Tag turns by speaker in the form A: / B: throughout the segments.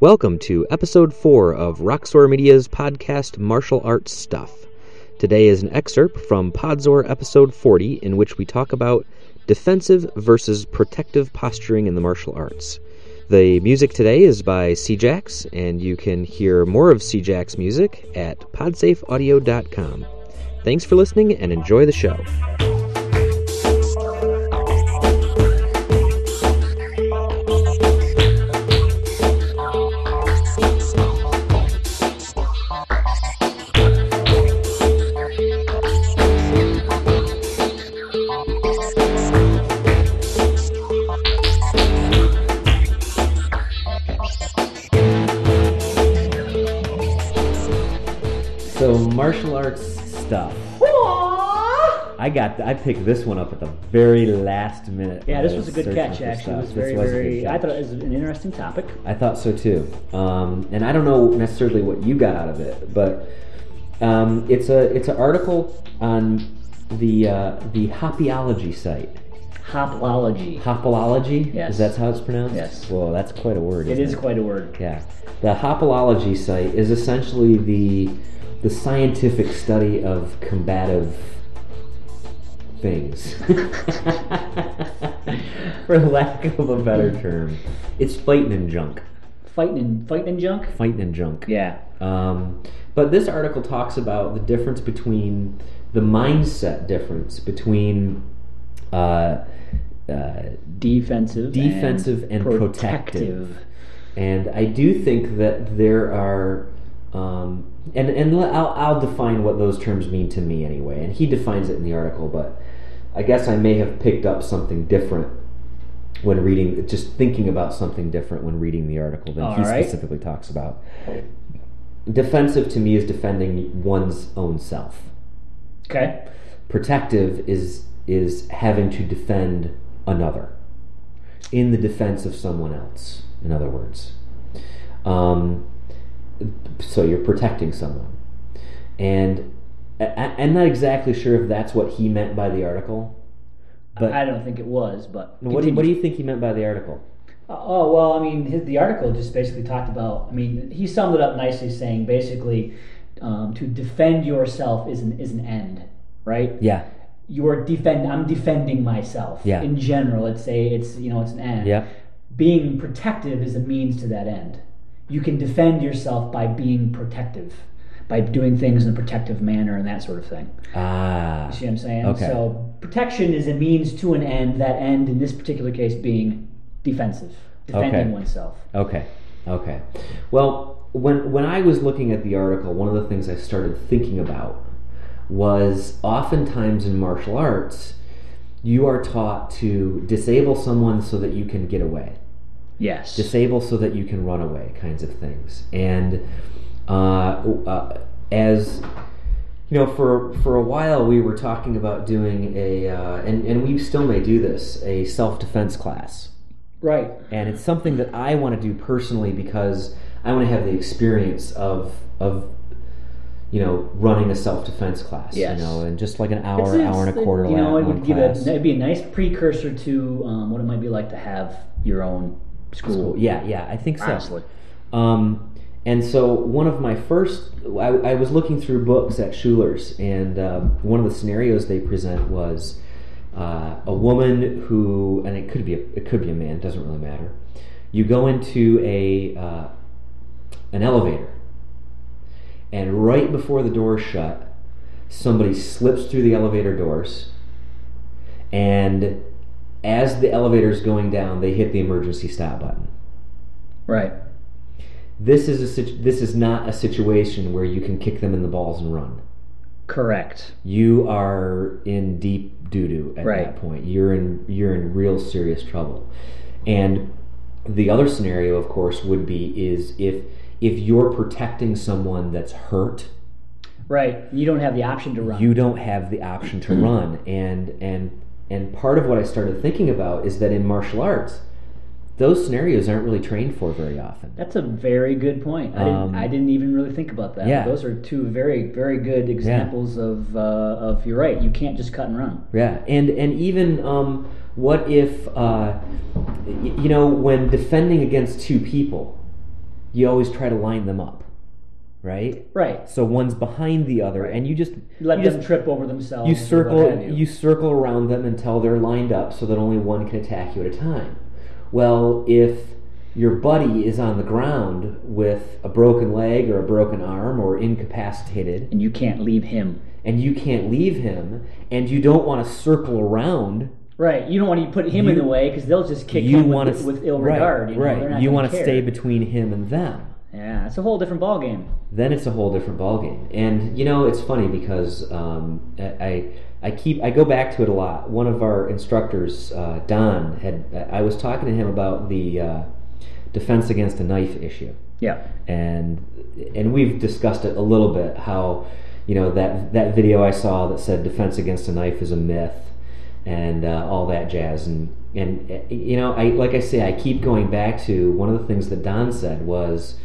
A: Welcome to episode 4 of Roxor Media's podcast Martial Arts Stuff. Today is an excerpt from Podzor episode 40 in which we talk about defensive versus protective posturing in the martial arts. The music today is by CJax, and you can hear more of CJax music at podsafeaudio.com. Thanks for listening and enjoy the show.
B: So martial arts stuff. I got. I picked this one up at the very last minute.
C: Yeah, this
B: I
C: was a good
B: searching
C: catch.
B: for
C: Actually,
B: stuff.
C: it was
B: This
C: very,
B: was a good
C: very. I
B: catch.
C: thought it was an interesting topic.
B: I thought so too. Um, and I don't know necessarily what you got out of it, but um, it's a it's an article on the uh, the Hopiology site.
C: Hopology.
B: Hopology.
C: Yes.
B: Is that how it's pronounced?
C: Yes.
B: Well, that's quite a word.
C: It
B: isn't
C: is quite a word.
B: Yeah. The Hopology site is essentially the the scientific study of combative things. For lack of a better term. It's fighting and junk.
C: Fighting and fighting and junk.
B: Fighting and junk.
C: Yeah.
B: Um, but this article talks about the difference between the mindset difference between uh, uh,
C: Defensive. and
B: Defensive and protective. and I do think that there are, um, and and le- I'll, I'll define what those terms mean to me anyway. And he defines it in the article, but I guess I may have picked up something different when reading, just thinking about something different when reading the article than he
C: All right.
B: specifically talks about. Defensive to me is defending one's own self.
C: Okay.
B: Protective is is having to defend another in the defense of someone else. In other words, um, so you're protecting someone, and I, I- I'm not exactly sure if that's what he meant by the article. But-
C: I don't think it was, but
B: What do, you,
C: continue.
B: what do you think he meant by the article?
C: Oh well, I mean, his, the article just basically talked about. I mean, he summed it up nicely, saying basically, um, to defend yourself is an is an end, right?
B: Yeah,
C: You're defend. I'm defending myself.
B: Yeah.
C: In general, it's a it's you know it's an end.
B: yeah,
C: being protective is a means to that end. You can defend yourself by being protective, by doing things in a protective manner and that sort of thing.
B: ah,
C: You see what I'm saying?
B: Okay.
C: So protection is a means to an end, that end in this particular case being defensive, defending
B: Okay.
C: oneself.
B: Okay. Okay. Well, when when I was looking at the article, one of the things I started thinking about was oftentimes in martial arts, you are taught to disable someone so that you can get away
C: Yes.
B: disable so that you can run away kinds of things and uh, uh, as you know for for a while we were talking about doing a uh, and, and we still may do this a self-defense class
C: right.
B: and it's something that I want to do personally because I want to have the experience of of you know running a self defense class.
C: Yes.
B: You know, and just like an
C: It's-
B: hour,
C: it's-
B: hour and a quarter.
C: You know,
B: la-
C: it
B: long
C: would give
B: class.
C: a, it'd be a nice precursor to um, what it might be like to have your own school.
B: Cool. Yeah, yeah, I think so.
C: Honestly.
B: Um, and so one of my first, I, I was looking through books at Schuler's, and um, one of the scenarios they present was uh, a woman who, and it could be a, it could be a man, doesn't really matter. You go into a uh, an elevator, and right before the door shut, somebody slips through the elevator doors, and as the elevator's going down, they hit the emergency stop button
C: Right.
B: this is a situ- this is not a situation where you can kick them in the balls and run.
C: Correct.
B: You are in deep doo doo at
C: Right.
B: that point. You're in you're in real serious trouble. And the other scenario, of course, would be is if if you're protecting someone that's hurt,
C: Right. You don't have the option to run.
B: you don't have the option to run. And and and part of what I started thinking about is that in martial arts, those scenarios aren't really trained for very often.
C: That's a very good point. I,
B: Um,
C: didn't, I didn't even really think about that.
B: yeah.
C: Those are two very, very good examples of, uh, of you're right. You can't just cut and run.
B: Yeah, and and even um, what if uh, y- you know when defending against two people, you always try to line them up, right?
C: Right.
B: So one's behind the other, and you just
C: Let
B: you
C: them
B: just
C: trip over themselves.
B: you
C: or what
B: circle
C: have
B: you. circle around them until they're lined up so that only one can attack you at a time well if your buddy is on the ground with a broken leg or a broken arm or incapacitated
C: and you can't leave him.
B: and you can't leave him and you don't want to circle around
C: Right. You don't want to put him in
B: You-
C: the way because they'll just kick
B: you
C: him
B: want
C: with,
B: to
C: with ill
B: right,
C: regard. you know? They're
B: right
C: not
B: you
C: gonna
B: want to
C: care.
B: stay between him and them
C: Yeah, it's a whole different ballgame.
B: then it's a whole different ballgame. And you know, it's funny because um, I I keep I go back to it a lot. One of our instructors, uh, Don, had I was talking to him about the uh, defense against a knife issue,
C: Yeah.
B: and and we've discussed it a little bit how you know that that video I saw that said defense against a knife is a myth and uh, all that jazz and and uh, you know I like I say I keep going back to one of the things that Don said was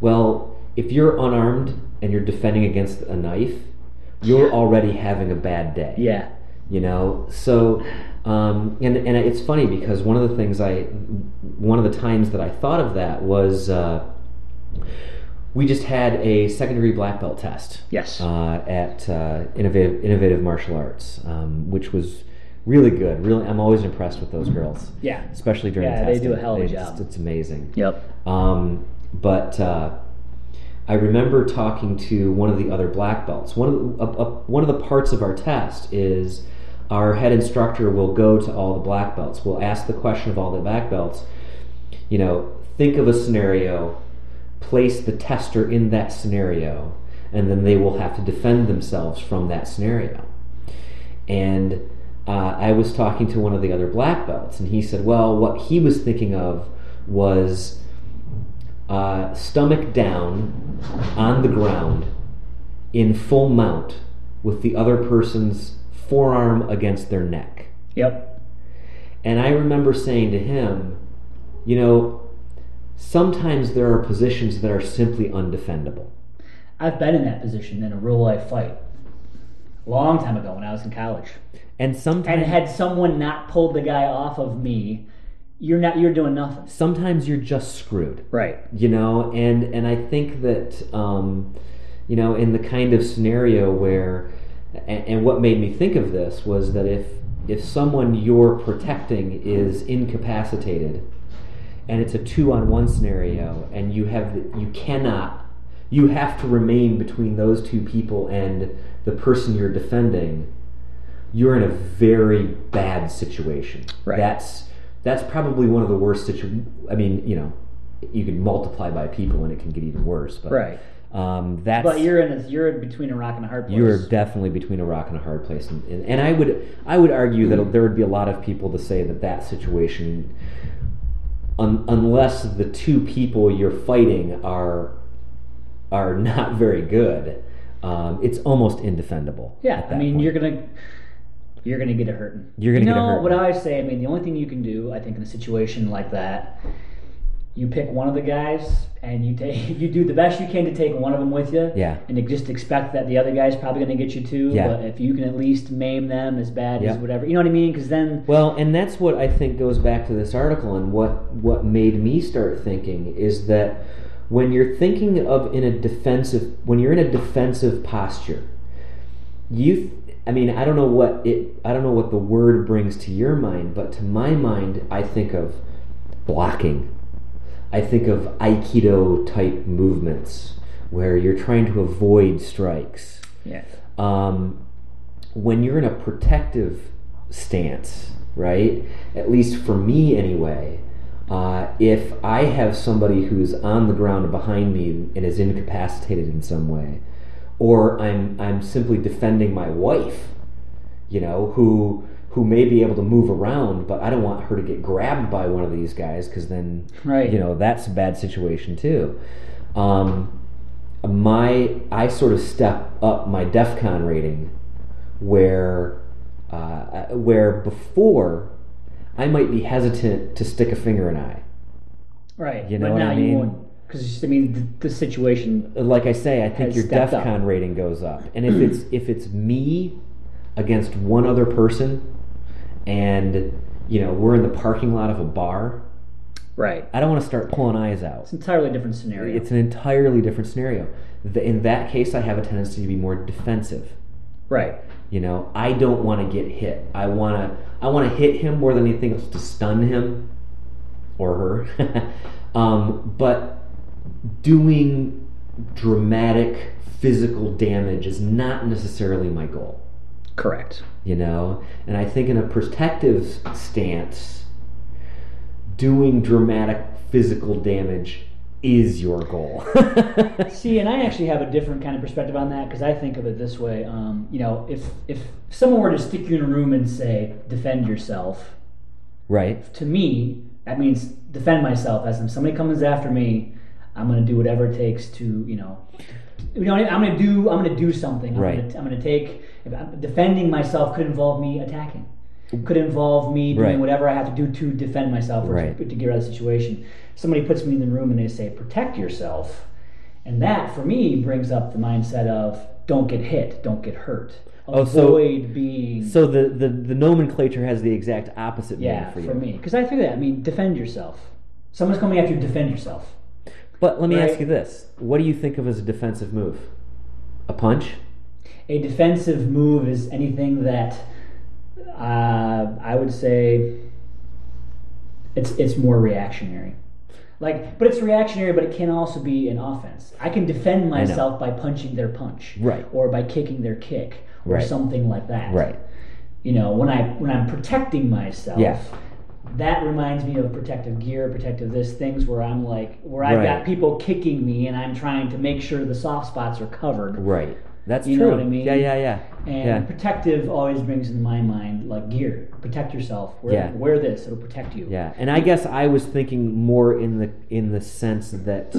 B: well if you're unarmed and you're defending against a knife you're already having a bad day
C: Yeah.
B: you know so um, and and it's funny because one of the things i one of the times that i thought of that was uh, we just had a secondary black belt test
C: Yes.
B: uh, at uh, innovative innovative martial arts um, which was really good really i'm always impressed with those girls
C: yeah.
B: especially during
C: Yeah, they
B: testing.
C: do a hell of a
B: They just-
C: job.
B: it's amazing
C: Yep.
B: um, but uh, I remember talking to one of the other black belts. One of the, a, a, one of the parts of our test is our head instructor will go to all the black belts. We'll ask the question of all the black belts. You know, think of a scenario, place the tester in that scenario, and then they will have to defend themselves from that scenario. And uh, I was talking to one of the other black belts, and he said, well, what he was thinking of was uh, stomach down on the ground in full mount with the other person's forearm against their neck.
C: Yep.
B: And I remember saying to him, you know, sometimes there are positions that are simply undefendable.
C: I've been in that position in a real life fight. Long time ago when I was in college.
B: And sometimes
C: And had someone not pulled the guy off of me, you're not you're doing nothing.
B: sometimes you're just screwed.
C: Right.
B: you know and and i think that um you know in the kind of scenario where and, and what made me think of this was that if if someone you're protecting is incapacitated and it's a two on one scenario and you have the, you cannot you have to remain between those two people and the person you're defending you're in a very bad situation
C: Right.
B: that's that's probably one of the worst situ. i mean you know you can multiply by people and it can get even worse but
C: Right.
B: um, that's
C: But you're in a, you're between a rock and a hard place.
B: you are definitely between a rock and a hard place, and, and, and I would I would argue
C: Mm-hmm.
B: that there would be a lot of people to say that that situation, un, unless the two people you're fighting are are not very good, um, it's almost indefensible.
C: Yeah,
B: at
C: I
B: that
C: mean,
B: point.
C: you're gonna you're gonna get a hurting.
B: You're gonna
C: you
B: get a
C: know,
B: hurting.
C: What I say, I mean, the only thing you can do, I think, in a situation like that, you pick one of the guys and you take you do the best you can to take one of them with you.
B: yeah
C: And just expect that the other guy's probably going to get you too.
B: Yeah.
C: But if you can at least maim them as bad as
B: Yeah.
C: whatever, you know what I mean? Because then,
B: Well, and that's what I think goes back to this article and what what made me start thinking is that when you're thinking of in a defensive when you're in a defensive posture, you I mean, I don't know what it I don't know what the word brings to your mind, but to my mind I think of blocking. I think of aikido type movements where you're trying to avoid strikes
C: yeah,
B: um, when you're in a protective stance, right? At least for me, anyway. Uh, if I have somebody who's on the ground behind me and is incapacitated in some way, or I'm I'm simply defending my wife, you know, who who may be able to move around, but I don't want her to get grabbed by one of these guys because then
C: right,
B: you know that's a bad situation too um, my i sort of step up my defcon rating where uh, where before i might be hesitant to stick a finger in eye
C: right.
B: you know
C: but
B: what
C: now
B: I mean?
C: you won't, because I mean, the, the situation,
B: like i say i think
C: Has
B: your
C: stepped up.
B: defcon rating goes up and if it's if it's me against one other person and you know we're in the parking lot of a bar
C: Right.
B: I don't want to start pulling eyes out.
C: It's an entirely different scenario.
B: It's an entirely different scenario. The, in that case, I have a tendency to be more defensive.
C: right.
B: You know, I don't want to get hit. I want to I want to hit him more than anything else to stun him or her. um, but doing dramatic physical damage is not necessarily my goal.
C: Correct.
B: You know, and I think in a protective stance, doing dramatic physical damage is your goal.
C: See, and I actually have a different kind of perspective on that because I think of it this way. Um, you know, if if someone were to stick you in a room and say, "Defend yourself,"
B: right?
C: to me, that means defend myself. As if somebody comes after me, I'm going to do whatever it takes to, you know, you know, I'm going to do, I'm going to do something. I'm
B: Right.
C: Gonna, I'm going to take if I'm- defending myself could involve me attacking. Could involve me doing
B: Right.
C: whatever I have to do to defend myself or
B: Right.
C: to, to get out of the situation. Somebody puts me in the room and they say, "Protect yourself," and that for me brings up the mindset of "Don't get hit, don't get hurt,
B: Oh, so-
C: avoid being."
B: So the, the, the nomenclature has the exact opposite meaning
C: Yeah,
B: for you.
C: for, me, because I feel that. I mean, defend yourself. Someone's coming after you. Defend yourself.
B: But let me
C: Right.
B: ask you this: What do you think of as a defensive move? A punch?
C: A defensive move is anything that uh, I would say it's it's more reactionary. Like, but it's reactionary, but it can also be an offense. I can defend myself by punching their punch,
B: Right.
C: or by kicking their kick, or
B: Right.
C: something like that. You know, when I when I'm protecting myself.
B: Yeah.
C: That reminds me of protective gear, protective this, things where I'm like, where I've
B: Right.
C: got people kicking me and I'm trying to make sure the soft spots are covered.
B: Right. That's
C: You know
B: true.
C: what I mean?
B: Yeah, yeah, yeah.
C: And
B: yeah.
C: protective always brings in my mind like gear. Protect yourself. Wear,
B: Yeah.
C: wear this. It'll protect you.
B: Yeah. And I guess I was thinking more in the in the sense that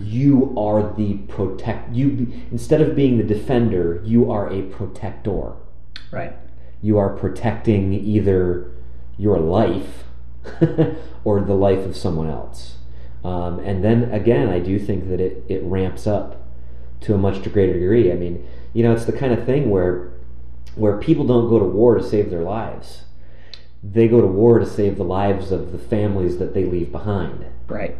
B: you are the protect you be- instead of being the defender, you are a protector.
C: Right.
B: You are protecting either your life or the life of someone else. Um, and then again, I do think that it, it ramps up to a much greater degree. I mean, you know, it's the kind of thing where where people don't go to war to save their lives. They go to war to save the lives of the families that they leave behind.
C: Right.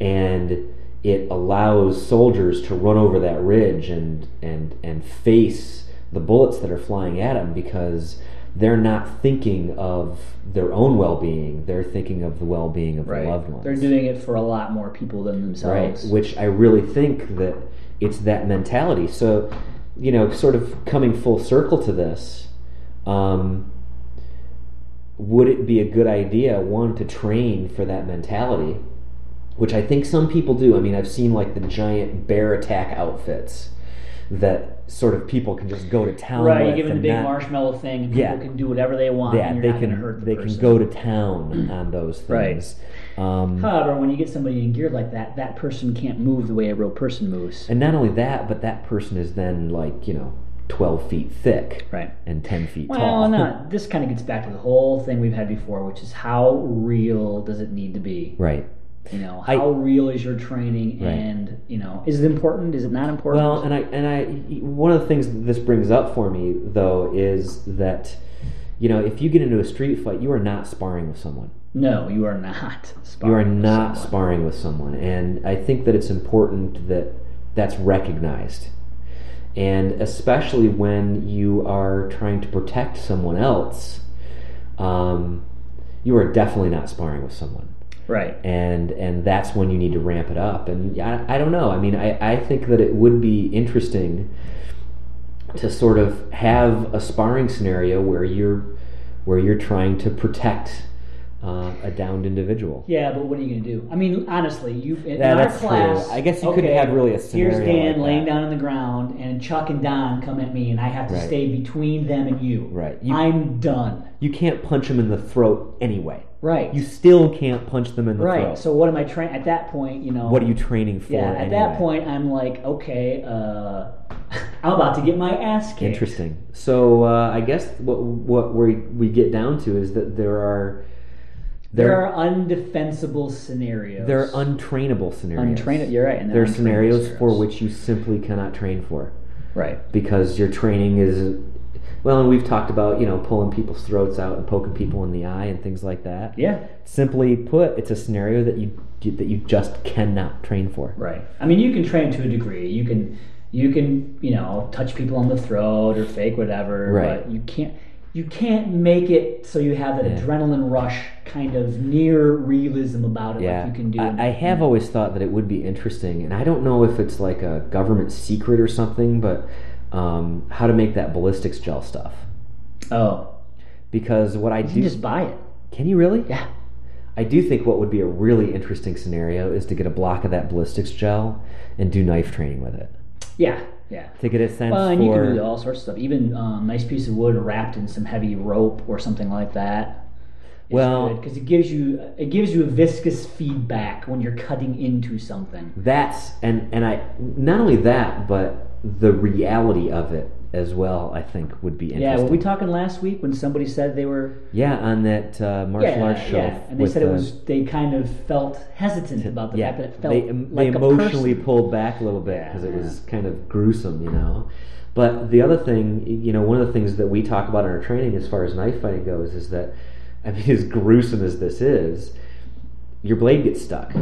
B: And it allows soldiers to run over that ridge and and and face the bullets that are flying at them because they're not thinking of their own well-being. They're thinking of the well-being of
C: Right.
B: their loved ones.
C: They're doing it for a lot more people than
B: Right,
C: themselves.
B: which I really think that it's that mentality. So, you know, sort of coming full circle to this, um, would it be a good idea, one, to train for that mentality, which I think some people do? I mean, I've seen like the giant bear attack outfits that sort of people can just go to town
C: Right,
B: with.
C: you give them the
B: and
C: big
B: not-
C: marshmallow thing, and
B: Yeah.
C: people can do whatever they want,
B: Yeah,
C: and you're
B: they
C: not
B: can
C: going to hurt the
B: they
C: person.
B: can go to town on those
C: Right.
B: things. Um,
C: However, when you get somebody in gear like that, that person can't move the way a real person moves.
B: And not only that, but that person is then like, you know, 12 feet thick
C: Right.
B: and 10 feet
C: Well,
B: tall.
C: no, this kind of gets back to the whole thing we've had before, which is how real does it need to be?
B: Right.
C: You know,
B: I-
C: how real is your training,
B: Right.
C: and you know, is it important? Is it not important?
B: Well, and I and I one of the things that this brings up for me though is that you know, if you get into a street fight, you are not sparring with someone.
C: no, you are not.
B: You are
C: sparring with
B: not
C: someone.
B: sparring with someone, and I think that it's important that that's recognized. And especially when you are trying to protect someone else, um, you are definitely not sparring with someone.
C: right.
B: and and that's when you need to ramp it up and i, I don't know i mean I, I think that it would be interesting to sort of have a sparring scenario where you're where you're trying to protect uh, a downed individual
C: Yeah, but what are you going to do? I mean, honestly, you in
B: Yeah,
C: our
B: that's true.
C: class.
B: I guess you couldn't have really a scenario
C: Here's Dan
B: like
C: laying
B: that.
C: down on the ground, and Chuck and Don come at me, and I have to
B: Right.
C: stay between them and you.
B: Right. You-
C: I'm done.
B: you can't punch them in the throat anyway
C: Right.
B: you still can't punch them in the
C: right.
B: throat
C: So what am I train at that point? You know.
B: what are you training for
C: Yeah. At that
B: anyway?
C: point, I'm like, okay, uh, I'm about to get my ass kicked.
B: Interesting. So uh, I guess what what we we get down to is that there are
C: There, are undefensible scenarios.
B: there are untrainable scenarios.
C: untrained. You're right. And
B: There are
C: untrainable
B: scenarios for which you simply cannot train for
C: Right.
B: because your training is Well, and we've talked about you know pulling people's throats out and poking people in the eye and things like that.
C: Yeah.
B: Simply put, it's a scenario that you that you just cannot train for.
C: Right. I mean, you can train to a degree. You can, you can, you know, touch people on the throat or fake whatever.
B: Right.
C: But you can't, you can't make it so you have that
B: Yeah.
C: adrenaline rush kind of near realism about it.
B: Yeah,
C: Like you can do. in-
B: I, I have always thought that it would be interesting, and I don't know if it's like a government secret or something, but um, how to make that ballistics gel stuff.
C: oh,
B: Because what I
C: you
B: do,
C: can just buy it.
B: can you really?
C: Yeah.
B: I do think what would be a really interesting scenario is to get a block of that ballistics gel and do knife training with it
C: Yeah. Yeah.
B: to get a sense
C: Well, and you
B: for
C: can do all sorts of stuff. Even um, nice piece of wood wrapped in some heavy rope or something like that.
B: Well-
C: because it gives you it gives you a viscous feedback when you're cutting into something.
B: that's and and I not only that but the reality of it as well. I think would be interesting.
C: Yeah, were we talking last week when somebody said they were
B: Yeah, on that uh, martial
C: yeah,
B: arts show.
C: yeah, and they
B: with
C: said it
B: the-
C: was they kind of felt hesitant about the
B: yeah,
C: fact that it felt
B: they, um,
C: like
B: they
C: a
B: emotionally
C: person.
B: pulled back a little bit because it was kind of gruesome, you know. But the other thing, you know, one of the things that we talk about in our training as far as knife fighting goes is that, I mean, as gruesome as this is, your blade gets stuck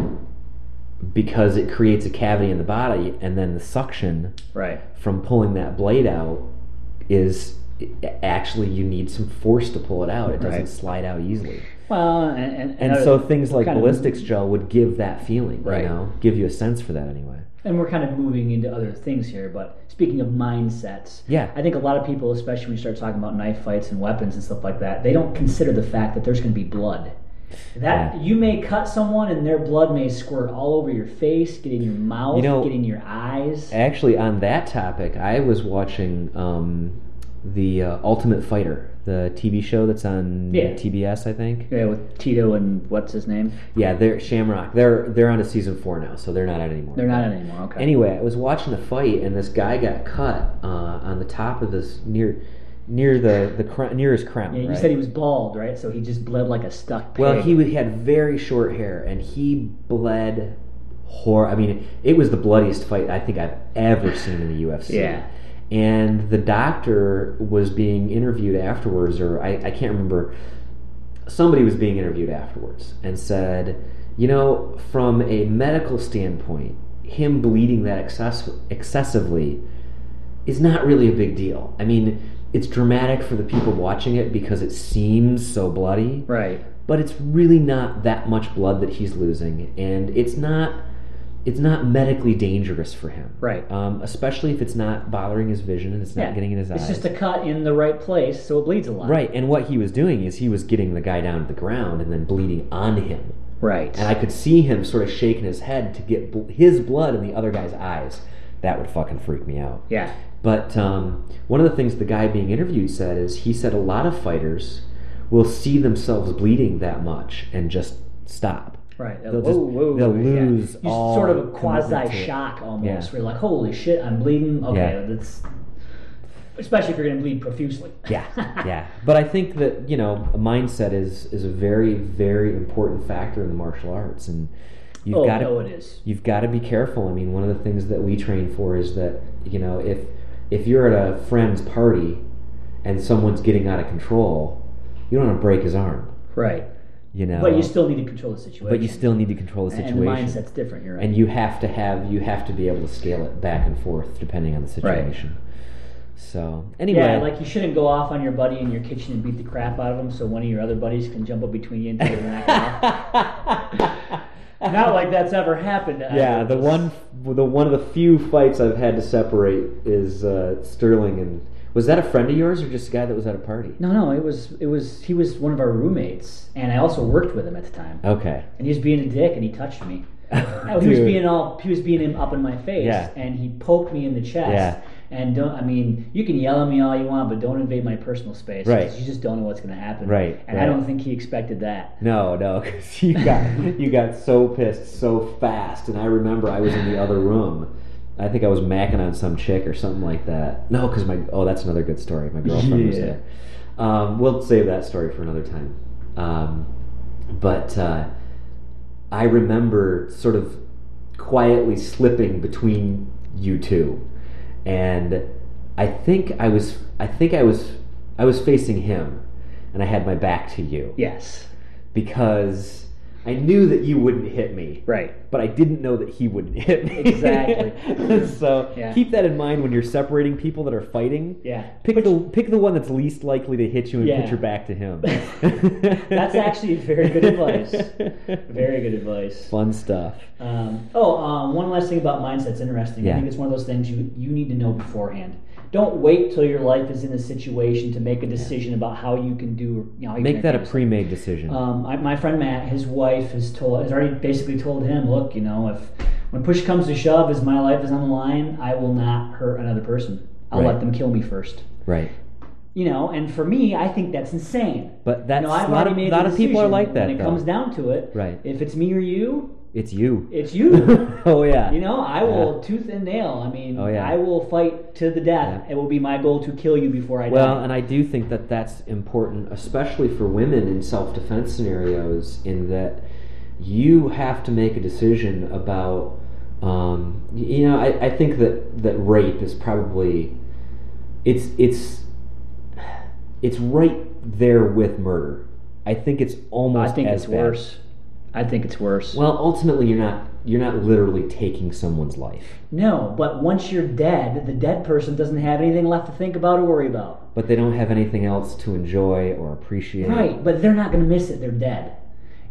B: because it creates a cavity in the body, and then the suction
C: right.
B: from pulling that blade out is actually you need some force to pull it out. It doesn't
C: Right.
B: slide out easily.
C: Well, and and, and
B: And
C: other-
B: so things like
C: kind of-
B: ballistics gel would give that feeling,
C: Right.
B: you know, give you a sense for that anyway.
C: and we're kind of moving into other things here. But speaking of mindsets,
B: Yeah.
C: I think a lot of people, especially when you start talking about knife fights and weapons and stuff like that, they don't consider the fact that there's going to be blood. That you may cut someone and their blood may squirt all over your face, get in your mouth,
B: You know-
C: get in your eyes.
B: Actually, on that topic, I was watching um, the uh, Ultimate Fighter, the TV show that's on
C: Yeah.
B: TBS, I think.
C: yeah, with Tito and what's his name?
B: Yeah, they're Shamrock. They're they're on to season four now, so they're not out anymore.
C: They're not in anymore. Okay.
B: Anyway, I was watching the fight, and this guy got cut uh, on the top of this near near the the cr- nearest crown.
C: yeah, you
B: right?
C: said he was bald, right? So he just bled like a stuck pig.
B: Well, he w- had very short hair, and he bled horror. I mean, it was the bloodiest fight I think I've ever seen in the UFC.
C: Yeah.
B: And the doctor was being interviewed afterwards, or I, I can't remember. Somebody was being interviewed afterwards and said, you know, from a medical standpoint, him bleeding that excess- excessively is not really a big deal. I mean, it's dramatic for the people watching it because it seems so bloody
C: right.
B: but it's really not that much blood that he's losing and it's not it's not medically dangerous for him
C: Right.
B: um, especially if it's not bothering his vision and it's not
C: Yeah.
B: getting in his
C: It's
B: eyes
C: just a cut in the right place, so it bleeds a lot.
B: right and what he was doing is he was getting the guy down to the ground and then bleeding on him
C: Right.
B: and i could see him sort of shaking his head to get bl- his blood in the other guy's eyes that would fucking freak me out
C: yeah.
B: but um, one of the things the guy being interviewed said is he said a lot of fighters will see themselves bleeding that much and just stop
C: Right.
B: They'll just- they'll lose
C: You
B: all
C: sort of a
B: commitment to it.
C: quasi shock almost,
B: Yeah.
C: where you're like, "Holy shit, I'm bleeding." Okay,
B: Yeah.
C: that's especially if you're going to bleed profusely.
B: yeah yeah but i think that you know a mindset is is a very very important factor in the martial arts and you've
C: oh,
B: got to
C: no, it is.
B: you've got to be careful i mean one of the things that we train for is that you know if if you're at a friend's party and someone's getting out of control you don't want to break his arm
C: Right.
B: you know
C: But you still need to control the situation.
B: but you still need to control the
C: And the
B: situation
C: mindset's different. You're right.
B: and you have to have you have to be able to scale it back and forth depending on the situation so anyway
C: yeah, like you shouldn't go off on your buddy in your kitchen and beat the crap out of him, so one of your other buddies can jump up between you and take him off. Not like that's ever happened. I
B: yeah, the
C: just-
B: one, the one of the few fights I've had to separate is uh, Sterling and was that a friend of yours or just a guy that was at a party?
C: No, no, it was it was he was one of our roommates, and I also worked with him at the time.
B: Okay,
C: and he was being a dick and he touched me. Oh,
B: Oh. dude,
C: he was being all he was being him up in my face
B: Yeah.
C: and he poked me in the chest.
B: Yeah.
C: And don't I mean you can yell at me all you want, but don't invade my personal space. 'cause
B: Right.
C: You just don't know what's gonna happen.
B: Right,
C: And
B: right.
C: I don't think he expected that.
B: no, no, because you got you got so pissed so fast, and I remember I was in the other room. I think I was macking on some chick or something like that. No, because my oh, that's another good story. My girlfriend was
C: Yeah.
B: there. Um, we'll save that story for another time. Um, but uh, I remember sort of quietly slipping between you two, and I think I was I think I was I was facing him and I had my back to you
C: Yes.
B: because I knew that you wouldn't hit me,
C: Right.
B: but I didn't know that he wouldn't hit me.
C: Exactly.
B: so
C: Yeah.
B: keep that in mind when you're separating people that are fighting.
C: Yeah.
B: Pick the pick the one that's least likely to hit you and
C: Yeah.
B: put your back to him.
C: That's actually very good advice. Very good advice.
B: fun stuff.
C: Um, oh, um, one last thing about mindset's interesting. I
B: Yeah.
C: think it's one of those things you you need to know beforehand. Don't wait till your life is in a situation to make a decision about how you can do. You know, how you
B: Make
C: can
B: that a
C: advance.
B: pre-made decision.
C: Um, I, my friend Matt, his wife has told has already basically told him, look, you know, if when push comes to shove, as my life is on the line, I will not hurt another person. I'll let
B: Right.
C: them kill me first.
B: right.
C: You know, and for me, I think that's insane.
B: But that's
C: you know, I've
B: a lot
C: already
B: of,
C: made
B: lot
C: the
B: of people are
C: decision.
B: like that.
C: When it
B: though.
C: comes down to it,
B: Right.
C: If it's me or you,
B: it's you.
C: it's you.
B: oh yeah.
C: You know, I will tooth and nail. I mean,
B: Oh, yeah.
C: I will fight to the death. It will be my goal to kill you before I
B: Well,
C: die.
B: and I do think that that's important, especially for women in self defense scenarios, in that you have to make a decision about. Um, y- you know, I, I think that, that rape is probably it's it's it's right there with murder. I think it's almost. as bad.
C: I think it's worse.
B: Well, ultimately, you're not you're not literally taking someone's life,
C: no, but once you're dead, the dead person doesn't have anything left to think about or worry about.
B: but they don't have anything else to enjoy or appreciate.
C: Right, but they're not going to miss it. They're dead.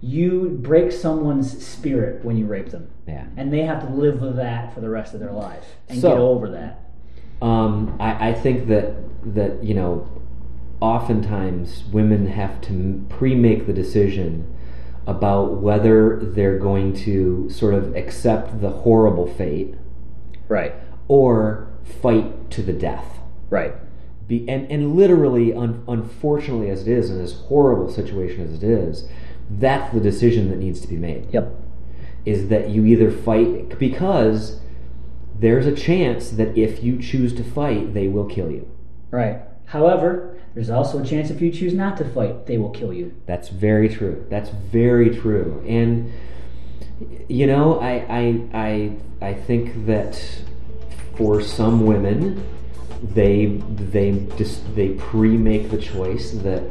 C: You break someone's spirit when you rape them,
B: Yeah.
C: and they have to live with that for the rest of their life and
B: So-
C: get over that.
B: Um, I, I think that that you know, oftentimes women have to pre-make the decision about whether they're going to sort of accept the horrible fate
C: Right,
B: or fight to the death.
C: right.
B: Be, and and literally, un, unfortunately, as it is, and as horrible situation as it is, that's the decision that needs to be made
C: Yep.
B: is that you either fight because there's a chance that if you choose to fight, they will kill you.
C: Right. However, there's also a chance if you choose not to fight, they will kill you.
B: That's very true. That's very true. And you know, I I I I think that for some women, they they just they pre-make the choice that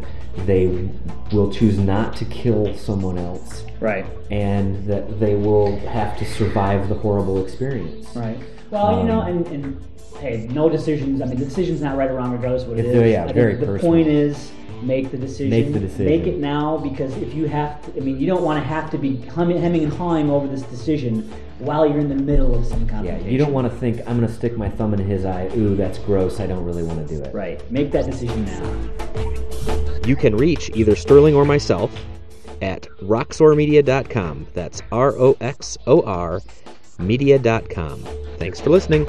B: they will choose not to kill someone else
C: Right.
B: and that they will have to survive the horrible experience.
C: Right. Well, you know,
B: Um,
C: and, and hey, no decisions. I mean, the decision's not right or wrong, regardless of what it
B: It's- uh,
C: is.
B: yeah,
C: I think
B: very
C: The
B: personal.
C: point is, make the decision.
B: Make the decision.
C: Make it now because if you have, to, I mean, you don't want to have to be humming, hemming and hawing over this decision while you're in the middle of some
B: Yeah,
C: confrontation.
B: you don't want to think I'm going to stick my thumb in his eye. Ooh, that's gross. I don't really want to do it.
C: Right. Make that decision now.
A: You can reach either Sterling or myself at roxormedia.com. That's R O X O R media.com. Thanks for listening.